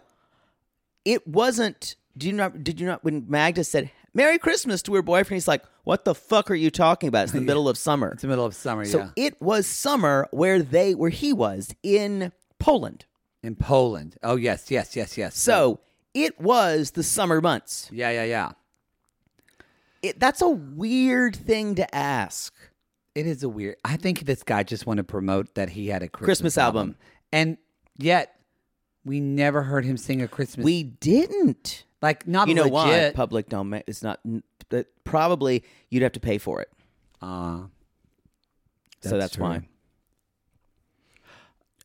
Speaker 4: It wasn't. Do you not? Did you not? When Magda said "Merry Christmas" to her boyfriend, he's like, "What the fuck are you talking about? It's the middle of summer."
Speaker 3: It's the middle of summer,
Speaker 4: So
Speaker 3: yeah.
Speaker 4: it was summer where they where he was in Poland.
Speaker 3: In Poland. Oh, yes, yes, yes, yes.
Speaker 4: So it was the summer months.
Speaker 3: yeah, yeah, yeah.
Speaker 4: It, that's a weird thing to ask.
Speaker 3: It is a weird. I think this guy just wanted to promote that he had a Christmas,
Speaker 4: Christmas album.
Speaker 3: and yet we never heard him sing a Christmas.
Speaker 4: We didn't.
Speaker 3: like not
Speaker 4: you know why?
Speaker 3: legit.
Speaker 4: Public domain. It's not. That probably you'd have to pay for it.
Speaker 3: Uh,
Speaker 4: so
Speaker 3: That's
Speaker 4: that's
Speaker 3: true.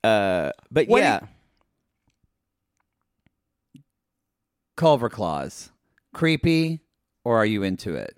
Speaker 4: why. Uh, but
Speaker 3: What do
Speaker 4: yeah,
Speaker 3: Culver Claus, creepy, or are you into it?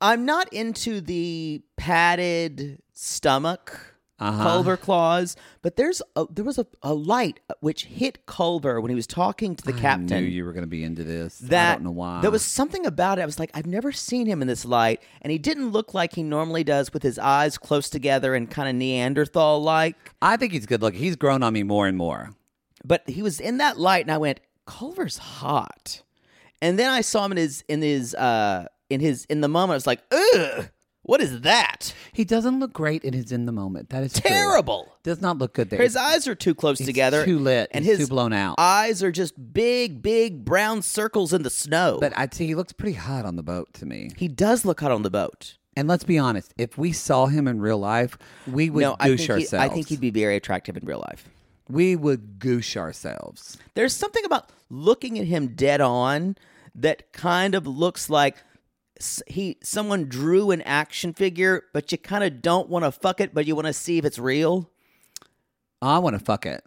Speaker 4: I'm not into the padded stomach.
Speaker 3: Uh-huh.
Speaker 4: Culver claws, but there's a, there was a, a light which hit Culver when he was talking to the captain.
Speaker 3: I knew you were going to be into this.
Speaker 4: that
Speaker 3: I don't know why.
Speaker 4: there was something about it. I was like, I've never seen him in this light, and he didn't look like he normally does, with his eyes close together and kind of Neanderthal like.
Speaker 3: I think he's good looking. He's grown on me more and more.
Speaker 4: But he was in that light, and I went, Culver's hot. And then I saw him in his in his uh in his in the moment. I was like, ugh, what is that?
Speaker 3: He doesn't look great in his in the moment. That is true.
Speaker 4: Terrible.
Speaker 3: Does not look good there.
Speaker 4: His eyes are too close
Speaker 3: He's
Speaker 4: together,
Speaker 3: too lit.
Speaker 4: and
Speaker 3: He's
Speaker 4: his
Speaker 3: too blown out.
Speaker 4: Eyes are just big, big brown circles in the snow.
Speaker 3: but I'd say he looks pretty hot on the boat to me.
Speaker 4: he does look hot on the boat.
Speaker 3: And let's be honest, if we saw him in real life, we would
Speaker 4: no, I
Speaker 3: goosh
Speaker 4: think, he-
Speaker 3: ourselves.
Speaker 4: I think he'd be very attractive in real life.
Speaker 3: we would goosh ourselves.
Speaker 4: There's something about looking at him dead on that kind of looks like s- he someone drew an action figure, but you kind of don't want to fuck it, but you want to see if it's real.
Speaker 3: I want to fuck it.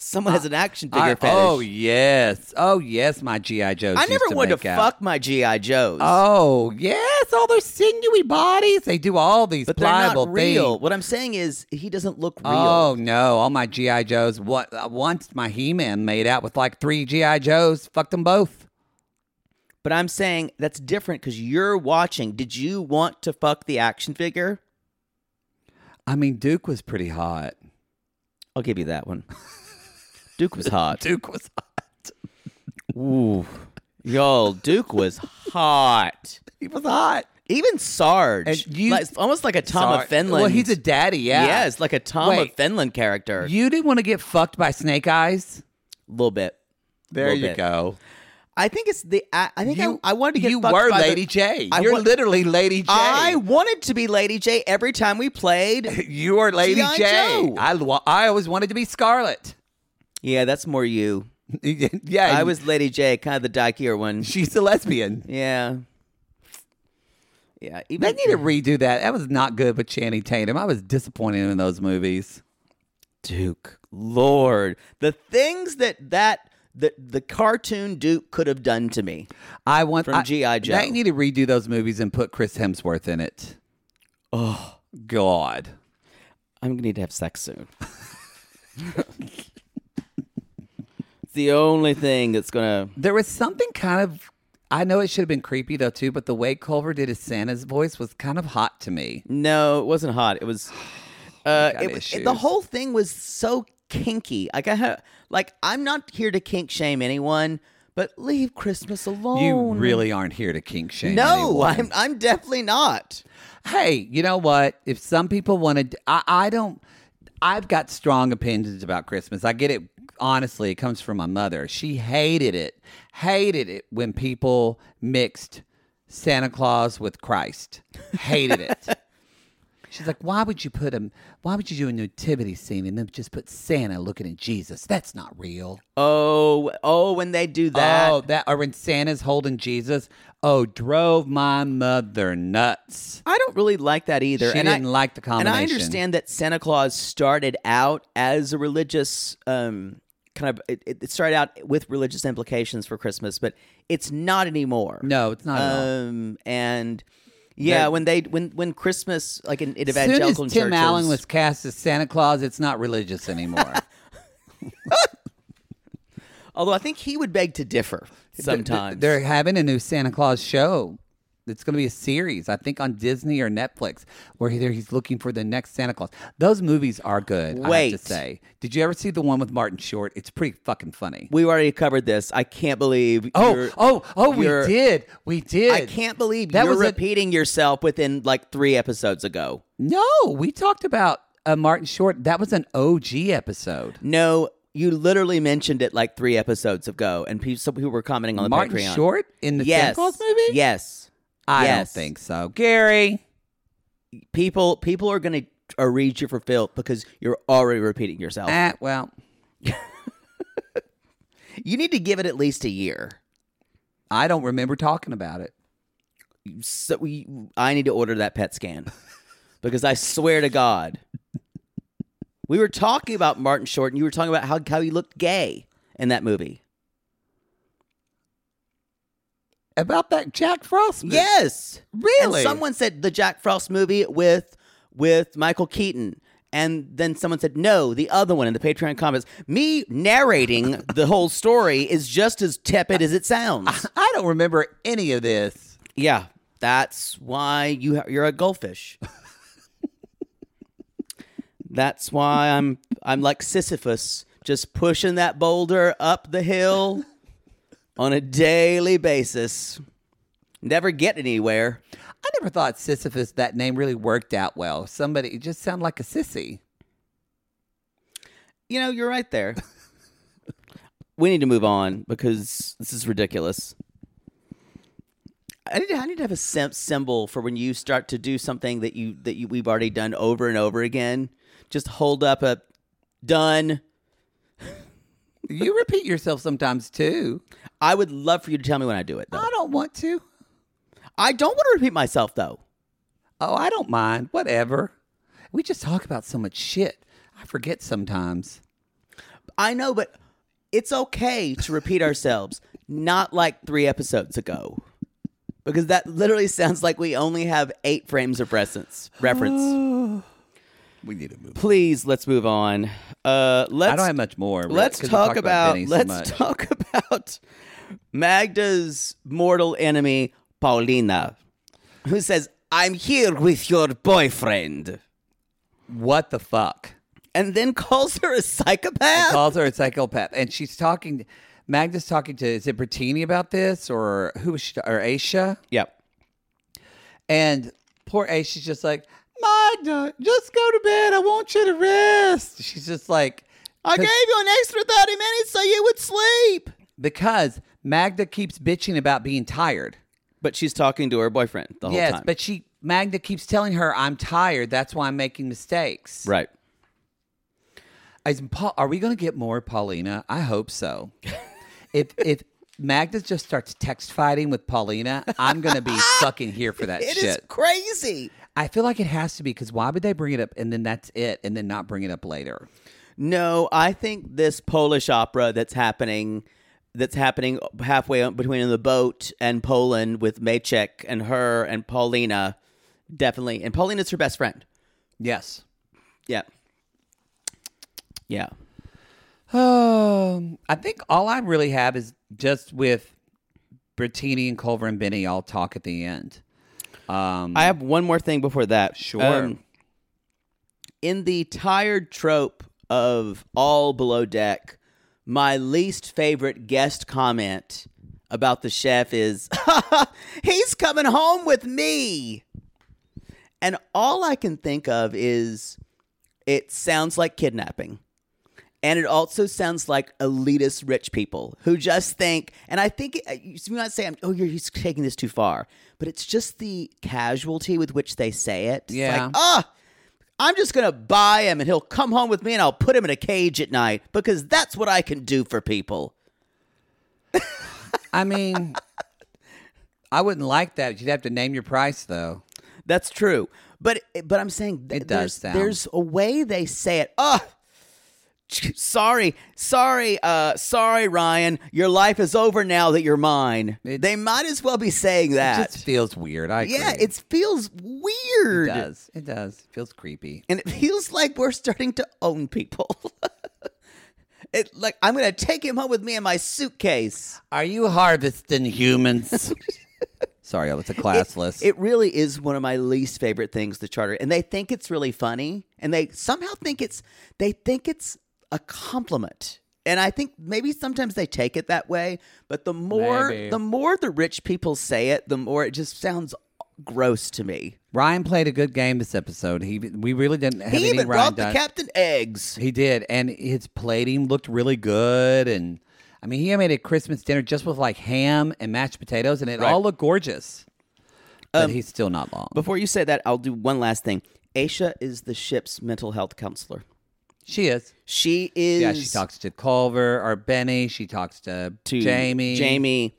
Speaker 4: Someone has an action figure
Speaker 3: Uh, I-
Speaker 4: fetish.
Speaker 3: oh yes, oh yes, my GI Joes.
Speaker 4: I
Speaker 3: used
Speaker 4: never
Speaker 3: to
Speaker 4: wanted
Speaker 3: make
Speaker 4: to
Speaker 3: out.
Speaker 4: fuck my GI Joes.
Speaker 3: Oh yes, all their sinewy bodies. They do all these
Speaker 4: but they're
Speaker 3: pliable
Speaker 4: not real.
Speaker 3: things.
Speaker 4: What I'm saying is, he doesn't look real.
Speaker 3: Oh no, all my GI Joes. What uh, once my He Man made out with like three GI Joes. Fucked them both.
Speaker 4: But I'm saying that's different because you're watching. Did you want to fuck the action figure?
Speaker 3: I mean, Duke was pretty hot.
Speaker 4: I'll give you that one. Duke was hot.
Speaker 3: Duke was hot.
Speaker 4: Ooh. Y'all, Duke was hot.
Speaker 3: He was hot.
Speaker 4: Even Sarge.
Speaker 3: And you-
Speaker 4: like, almost like a Tom
Speaker 3: Sorry.
Speaker 4: of Finland.
Speaker 3: Well, he's a daddy. Yeah.
Speaker 4: Yes, like a Tom
Speaker 3: Wait.
Speaker 4: of Finland character. A
Speaker 3: You didn't want to get fucked by Snake Eyes.
Speaker 4: little bit.
Speaker 3: There
Speaker 4: Little
Speaker 3: you
Speaker 4: bit.
Speaker 3: go.
Speaker 8: I think it's the. I, I think
Speaker 3: You-
Speaker 8: I, I wanted to get.
Speaker 3: you
Speaker 8: fucked
Speaker 3: were
Speaker 8: by the-
Speaker 3: Lady J.
Speaker 8: I
Speaker 3: You're
Speaker 8: wa-
Speaker 3: literally Lady J.
Speaker 8: I wanted to be Lady J every time we played.
Speaker 3: you are Lady
Speaker 8: G.I.
Speaker 3: J. I
Speaker 8: Joe.
Speaker 3: lo- I always wanted to be Scarlet.
Speaker 4: Yeah, that's more you.
Speaker 3: yeah,
Speaker 4: I was Lady J, kind of the dykier one.
Speaker 3: She's a lesbian.
Speaker 4: Yeah. Yeah. Even
Speaker 3: They need to redo that. That was not good with Channing Tatum. I was disappointed in those movies.
Speaker 4: Duke. Lord. The things that that the, the cartoon Duke could have done to me.
Speaker 3: I want
Speaker 4: From
Speaker 3: I-
Speaker 4: G.I. Joe.
Speaker 3: They need to redo those movies and put Chris Hemsworth in it. Oh God.
Speaker 4: I'm gonna need to have sex soon. it's the only thing that's gonna
Speaker 3: There was something kind of. I know it should have been creepy though too, but the way Culver did his Santa's voice was kind of hot to me.
Speaker 4: No, it wasn't hot. It was uh
Speaker 3: got
Speaker 4: it was
Speaker 3: issues.
Speaker 4: the whole thing was so kinky. Like I ha- like I'm not here to kink shame anyone, but leave Christmas alone.
Speaker 3: You really aren't here to kink shame.
Speaker 4: Oh, No,
Speaker 3: anyone.
Speaker 4: I'm I'm definitely not.
Speaker 3: hey, you know what? If some people want to, I, I don't. I've got strong opinions about Christmas. I get it. Honestly, it comes from my mother. She hated it, hated it when people mixed Santa Claus with Christ. Hated it. She's like, why would you put him? Why would you do a nativity scene and then just put Santa looking at Jesus? That's not real.
Speaker 4: Oh, oh, when they do that.
Speaker 3: oh, that or when Santa's holding Jesus. Oh, drove my mother nuts.
Speaker 4: I don't really like that either.
Speaker 3: She
Speaker 4: and
Speaker 3: didn't
Speaker 4: I,
Speaker 3: like the
Speaker 4: And I
Speaker 3: combination.
Speaker 4: understand that Santa Claus started out as a religious um, kind of. It, it started out with religious implications for Christmas, but it's not anymore.
Speaker 3: No, it's not at all.
Speaker 4: Um, and yeah,
Speaker 3: They're-
Speaker 4: when they when when Christmas like in, in
Speaker 3: As soon as
Speaker 4: evangelical
Speaker 3: Tim
Speaker 4: churches,
Speaker 3: Allen was cast as Santa Claus, it's not religious anymore.
Speaker 4: although I think he would beg to differ sometimes.
Speaker 3: They're having a new Santa Claus show. It's going to be a series, I think, on Disney or Netflix, where he- he's looking for the next Santa Claus. Those movies are good. I have
Speaker 4: Wait.
Speaker 3: to say. Did you ever see the one with Martin Short? It's pretty fucking funny.
Speaker 4: we already covered this. I can't believe.
Speaker 3: Oh,
Speaker 4: you're-
Speaker 3: oh, oh! We
Speaker 4: you're-
Speaker 3: did, we did.
Speaker 4: I can't believe
Speaker 3: That
Speaker 4: you're
Speaker 3: was a-
Speaker 4: repeating yourself within like three episodes ago.
Speaker 3: No, we talked about uh, Martin Short. That was an OG episode.
Speaker 4: No, you literally mentioned it like three episodes ago, and people, some people were commenting on the
Speaker 3: Martin
Speaker 4: Patreon.
Speaker 3: Short in the Santa
Speaker 4: yes,
Speaker 3: Claus movie?
Speaker 4: Yes,
Speaker 3: I
Speaker 4: yes.
Speaker 3: don't think so, Gary.
Speaker 4: people people are gonna uh, read you for filth because you're already repeating yourself.
Speaker 3: Ah, well,
Speaker 4: you need to give it at least a year.
Speaker 3: I don't remember talking about it.
Speaker 4: So we, I need to order that PET scan because I swear to God, we were talking about Martin Short, and you were talking about how how he looked gay in that movie.
Speaker 3: About that Jack Frost movie.
Speaker 4: Yes,
Speaker 3: Really?
Speaker 4: And someone said the Jack Frost movie with with Michael Keaton, and then someone said no, the other one in the Patreon comments. Me narrating the whole story is just as tepid as it sounds.
Speaker 3: I don't remember any of this.
Speaker 4: yeah, that's why you ha- you're a goldfish. that's why I'm I'm like Sisyphus, just pushing that boulder up the hill on a daily basis. Never get anywhere.
Speaker 3: I never thought Sisyphus, that name really worked out well. Somebody, it just sounded like a sissy.
Speaker 4: you know, you're right there. we need to move on because this is ridiculous. I need, to, I need to have a sim- symbol for when you start to do something that you that you, we've already done over and over again. Just hold up a done.
Speaker 3: You repeat yourself sometimes too.
Speaker 4: I would love for you to tell me when I do it. Though
Speaker 3: I don't want to.
Speaker 4: I don't want to repeat myself though.
Speaker 3: Oh, I don't mind. Whatever. We just talk about so much shit. I forget sometimes.
Speaker 4: I know, but it's okay to repeat ourselves, not like three episodes ago. Because that literally sounds like we only have eight frames of reference. Reference. we need to move. Please, let's move on. Uh, let's.
Speaker 3: I don't have much more. really,
Speaker 4: Let's
Speaker 3: 'cause we
Speaker 4: talk
Speaker 3: talked
Speaker 4: about.
Speaker 3: Benny so
Speaker 4: let's
Speaker 3: much.
Speaker 4: talk about Magda's mortal enemy, Paulina, who says, "I'm here with your boyfriend,"
Speaker 3: what the fuck.
Speaker 4: and then calls her a psychopath.
Speaker 3: calls her a psychopath, and she's talking. Magda's talking to is it Bertini about this or who was she or Aisha?
Speaker 4: yep.
Speaker 3: And poor Aisha's just like Magda, just go to bed. I want you to rest. She's just like
Speaker 9: I gave you an extra 30 minutes so you would sleep.
Speaker 3: because Magda keeps bitching about being tired.
Speaker 4: But she's talking to her boyfriend the whole
Speaker 3: yes,
Speaker 4: time.
Speaker 3: but she Magda keeps telling her, "I'm tired. That's why I'm making mistakes."
Speaker 4: right.
Speaker 3: Is Paul, are we going to get more Paulina? I hope so. if if Magda just starts text fighting with Paulina, I'm going to be fucking here for that
Speaker 10: It is
Speaker 3: shit.
Speaker 10: crazy.
Speaker 3: I feel like it has to be because why would they bring it up and then that's it and then not bring it up later?
Speaker 4: No, I think this Polish opera that's happening, that's happening halfway up between the boat and Poland with Maciek and her and Paulina, definitely. And Paulina's her best friend.
Speaker 3: Yes.
Speaker 4: Yeah. Yeah.
Speaker 3: Um, I think all I really have is just with Bertini and Culver and Benny all talk at the end. Um,
Speaker 4: I have one more thing before that. Um,
Speaker 3: Sure.
Speaker 4: in the tired trope of all below deck, my least favorite guest comment about the chef is, "He's coming home with me." And all I can think of is it sounds like kidnapping. And it also sounds like elitist rich people who just think, and I think uh, you you might say, I'm- oh, you're he's taking this too far, but it's just the casualty with which they say it. It's
Speaker 3: Yeah.
Speaker 4: like, ah, I'm just going to buy him and he'll come home with me and I'll put him in a cage at night because that's what I can do for people.
Speaker 3: I mean, I wouldn't like that. You'd have to name your price though.
Speaker 4: That's true. But but I'm saying th-
Speaker 3: It does sound-
Speaker 4: there's, there's a way they say it. Oh, sorry, sorry, uh, sorry, Ryan. Your life is over now that you're mine. they might as well be saying
Speaker 3: It
Speaker 4: that.
Speaker 3: just feels weird. I
Speaker 4: yeah,
Speaker 3: agree.
Speaker 4: it feels
Speaker 3: it
Speaker 4: weird.
Speaker 3: does. It does. It feels creepy.
Speaker 4: And it feels like we're starting to own people. it like I'm gonna take him home with me in my suitcase.
Speaker 3: Are you harvesting humans? Sorry, I was a class list.
Speaker 4: It really is one of my least favorite things, the charter. And they think it's really funny. And they somehow think it's they think it's a compliment. And I think maybe sometimes they take it that way, but the more
Speaker 3: Maybe.
Speaker 4: the more the rich people say it, the more it just sounds gross to me.
Speaker 3: Ryan played a good game this episode. He we really didn't have
Speaker 4: He
Speaker 3: any
Speaker 4: even
Speaker 3: Ryan
Speaker 4: brought the
Speaker 3: Dun-
Speaker 4: captain eggs.
Speaker 3: He did, and his plating looked really good. And I mean, he made a Christmas dinner just with like ham and mashed potatoes, and it all looked gorgeous. But he's still not long.
Speaker 4: Um, Before you say that, I'll do one last thing. Aisha is the ship's mental health counselor.
Speaker 3: she is.
Speaker 4: She is
Speaker 3: yeah, she talks to Culver or Benny. She talks to,
Speaker 4: to
Speaker 3: Jamie.
Speaker 4: Jamie.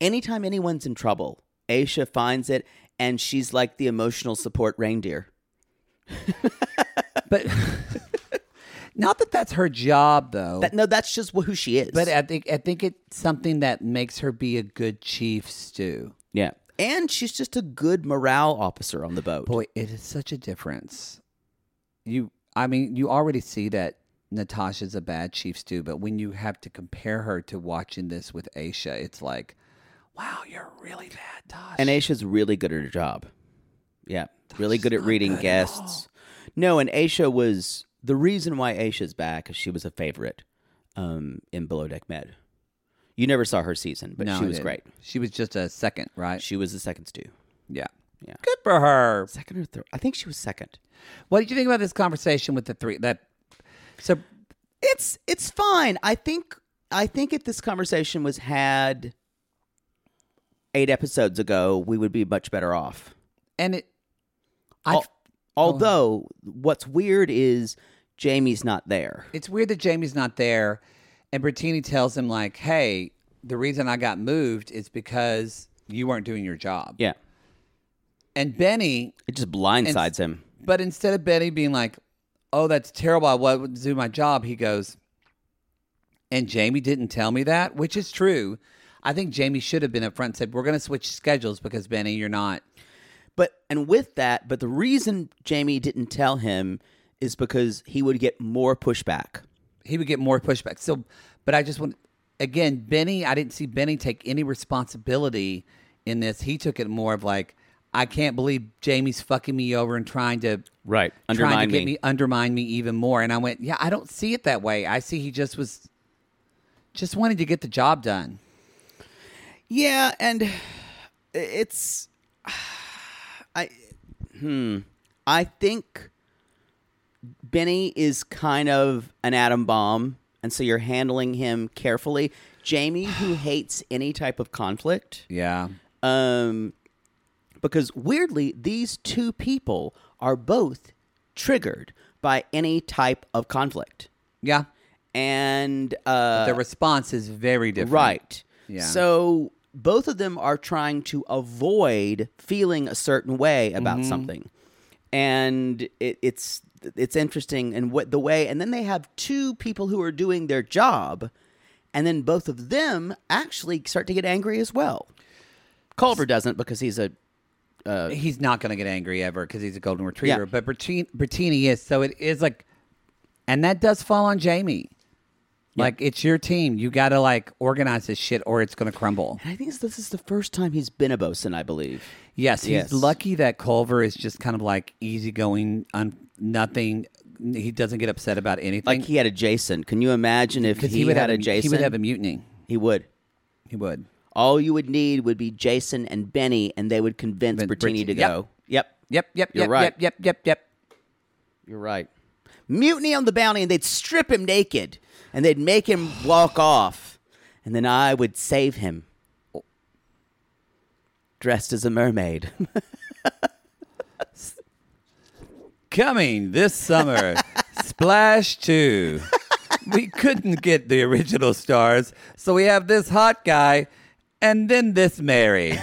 Speaker 4: Anytime anyone's in trouble, Aisha finds it and she's like the emotional support reindeer.
Speaker 3: but not that that's her job though.
Speaker 4: That, no, that's just who she is.
Speaker 3: Oh. but I think I think it's something that makes her be a good chief, Stu.
Speaker 4: yeah. And she's just a good morale officer on the boat.
Speaker 3: Boy, it is such a difference. You, I mean, you already see that Natasha's a bad chief stew, but when you have to compare her to watching this with Aisha, it's like, wow, you're really bad, Tosh.
Speaker 4: And Aisha's really good at her job. Yeah. really good at reading guests. no, and Aisha was the reason why Aisha's back is she was a favorite um, in Below Deck Med. You never saw her season, but
Speaker 3: No,
Speaker 4: she
Speaker 3: I
Speaker 4: was
Speaker 3: didn't.
Speaker 4: great.
Speaker 3: She was just a second, right?
Speaker 4: She was the second stew.
Speaker 3: yeah,
Speaker 4: Yeah.
Speaker 3: Good for her.
Speaker 4: Second or third? I think she was second.
Speaker 3: What did you think about this conversation with the three? That so
Speaker 4: It's it's fine. I think I think if this conversation was had eight episodes ago, we would be much better off.
Speaker 3: and it, I.
Speaker 4: Al- although what's weird is Jamie's not there.
Speaker 3: It's weird that Jamie's not there. And Bertini tells him, like, hey, the reason I got moved is because you weren't doing your job.
Speaker 4: Yeah,
Speaker 3: And Benny,
Speaker 4: it just blindsides him.
Speaker 3: but instead of Benny being like, oh, that's terrible. I wasn't doing my job, he goes, and Jamie didn't tell me that, which is true. I think Jamie should have been up front and said, we're going to switch schedules because, Benny, you're not.
Speaker 4: But and with that, but the reason Jamie didn't tell him is because he would get more pushback.
Speaker 3: He would get more pushback. So, but I just want, again, Benny, I didn't see Benny take any responsibility in this. He took it more of like, I can't believe Jamie's fucking me over and trying to
Speaker 4: Right.
Speaker 3: trying
Speaker 4: Undermine
Speaker 3: to get
Speaker 4: me.
Speaker 3: me undermine me even more. And I went, yeah, I don't see it that way. I see he just was just wanted to get the job done.
Speaker 4: Yeah, and it's I hmm I think Benny is kind of an atom bomb and so you're handling him carefully. Jamie, who hates any type of conflict,
Speaker 3: Yeah.
Speaker 4: um, because weirdly, these two people are both triggered by any type of conflict,
Speaker 3: Yeah.
Speaker 4: and uh,
Speaker 3: the response is very different.
Speaker 4: Right.
Speaker 3: Yeah.
Speaker 4: So both of them are trying to avoid feeling a certain way about
Speaker 3: Mm-hmm.
Speaker 4: something, and it, it's it's interesting and what the way. And then they have two people who are doing their job, and then both of them actually start to get angry as well. Culver doesn't because he's a
Speaker 3: He's not going to get angry ever because he's a golden retriever.
Speaker 4: Yeah.
Speaker 3: But Bertini, Bertini is. So it is like, and that does fall on Jamie. Like, it's your team. You got to like organize this shit or it's going to crumble.
Speaker 4: I think this is the first time he's been a bosun, I believe.
Speaker 3: Yes, he's
Speaker 4: Yes.
Speaker 3: lucky that Culver is just kind of like easygoing on nothing. He doesn't get upset about anything.
Speaker 4: Like he had a Jason. Can you imagine if he,
Speaker 3: 'Cause would
Speaker 4: had
Speaker 3: have
Speaker 4: a Jason?
Speaker 3: He would have a mutiny.
Speaker 4: He would.
Speaker 3: He would.
Speaker 4: All you would need would be Jason and Benny, and they would convince
Speaker 3: Ben-
Speaker 4: Bertini
Speaker 3: Bertini.
Speaker 4: to
Speaker 3: Yep.
Speaker 4: go. Yep.
Speaker 3: Yep, yep,
Speaker 4: You're
Speaker 3: yep,
Speaker 4: right.
Speaker 3: yep, yep, yep, yep.
Speaker 4: You're right. Mutiny on the bounty, and they'd strip him naked, and they'd make him walk off, and then I would save him. Dressed as a mermaid.
Speaker 3: Coming this summer, Splash 2. We couldn't get the original stars, so we have this hot guy and then this Mary.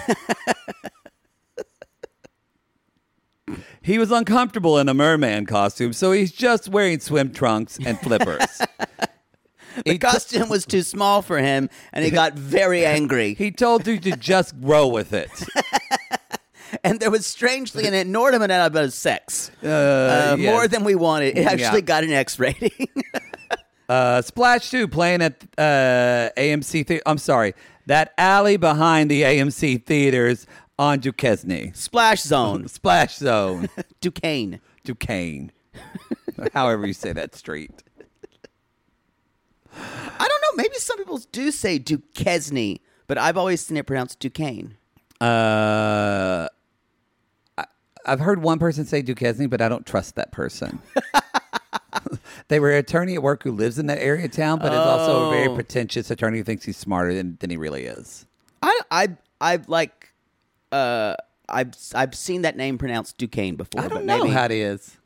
Speaker 3: he was uncomfortable in a merman costume, so he's just wearing swim trunks and flippers.
Speaker 4: the costume was too small for him, and he got very angry.
Speaker 3: He told you to just grow with it.
Speaker 4: and there was strangely an inordinate amount of sex. Uh,
Speaker 3: yes.
Speaker 4: More than we wanted. It actually
Speaker 3: Yeah.
Speaker 4: got an X rating.
Speaker 3: Uh, Splash 2 playing at uh, AMC Theater. I'm sorry, that alley behind the AMC Theaters on Duquesne.
Speaker 4: Splash Zone.
Speaker 3: Splash Zone,
Speaker 4: Duquesne.
Speaker 3: Duquesne. However you say that street.
Speaker 4: I don't know. Maybe some people do say Duquesne, but I've always seen it pronounced Duquesne.
Speaker 3: Uh, I- I've heard one person say Duquesne, but I don't trust that person. they were an attorney at work who lives in that area of town, but is also a very pretentious attorney who thinks he's smarter than, than he really is.
Speaker 4: I I I've like uh I've I've seen that name pronounced Duquesne before.
Speaker 3: I don't
Speaker 4: but
Speaker 3: know
Speaker 4: maybe,
Speaker 3: how it is.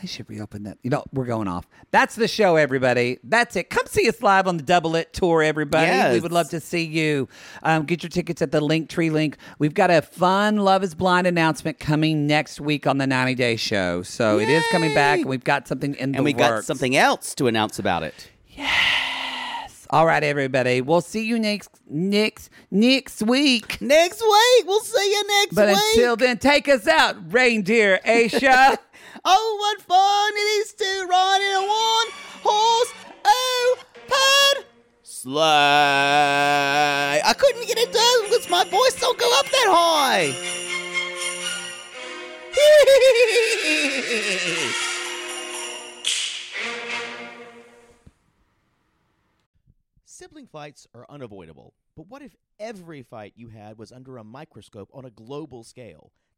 Speaker 3: They should reopen that. You know, we're going off. That's the show, everybody. That's it. Come see us live on the Double It Tour, everybody. We
Speaker 4: Yes.
Speaker 3: would love to see you. Um, get your tickets at the Linktree link. We've got a fun Love is Blind announcement coming next week on the 90 Day Show. So it is coming back, and we've got something in the
Speaker 4: and we got
Speaker 3: works.
Speaker 4: something else to announce about it.
Speaker 3: All right, everybody. We'll see you next next next week.
Speaker 4: Next week, we'll see you next
Speaker 3: But
Speaker 4: week.
Speaker 3: until then, take us out, reindeer Asia.
Speaker 4: oh, what fun it is to ride in a one horse open sleigh! I couldn't get it done because my voice don't go up that high.
Speaker 5: Sibling fights are unavoidable, but what if every fight you had was under a microscope on a global scale?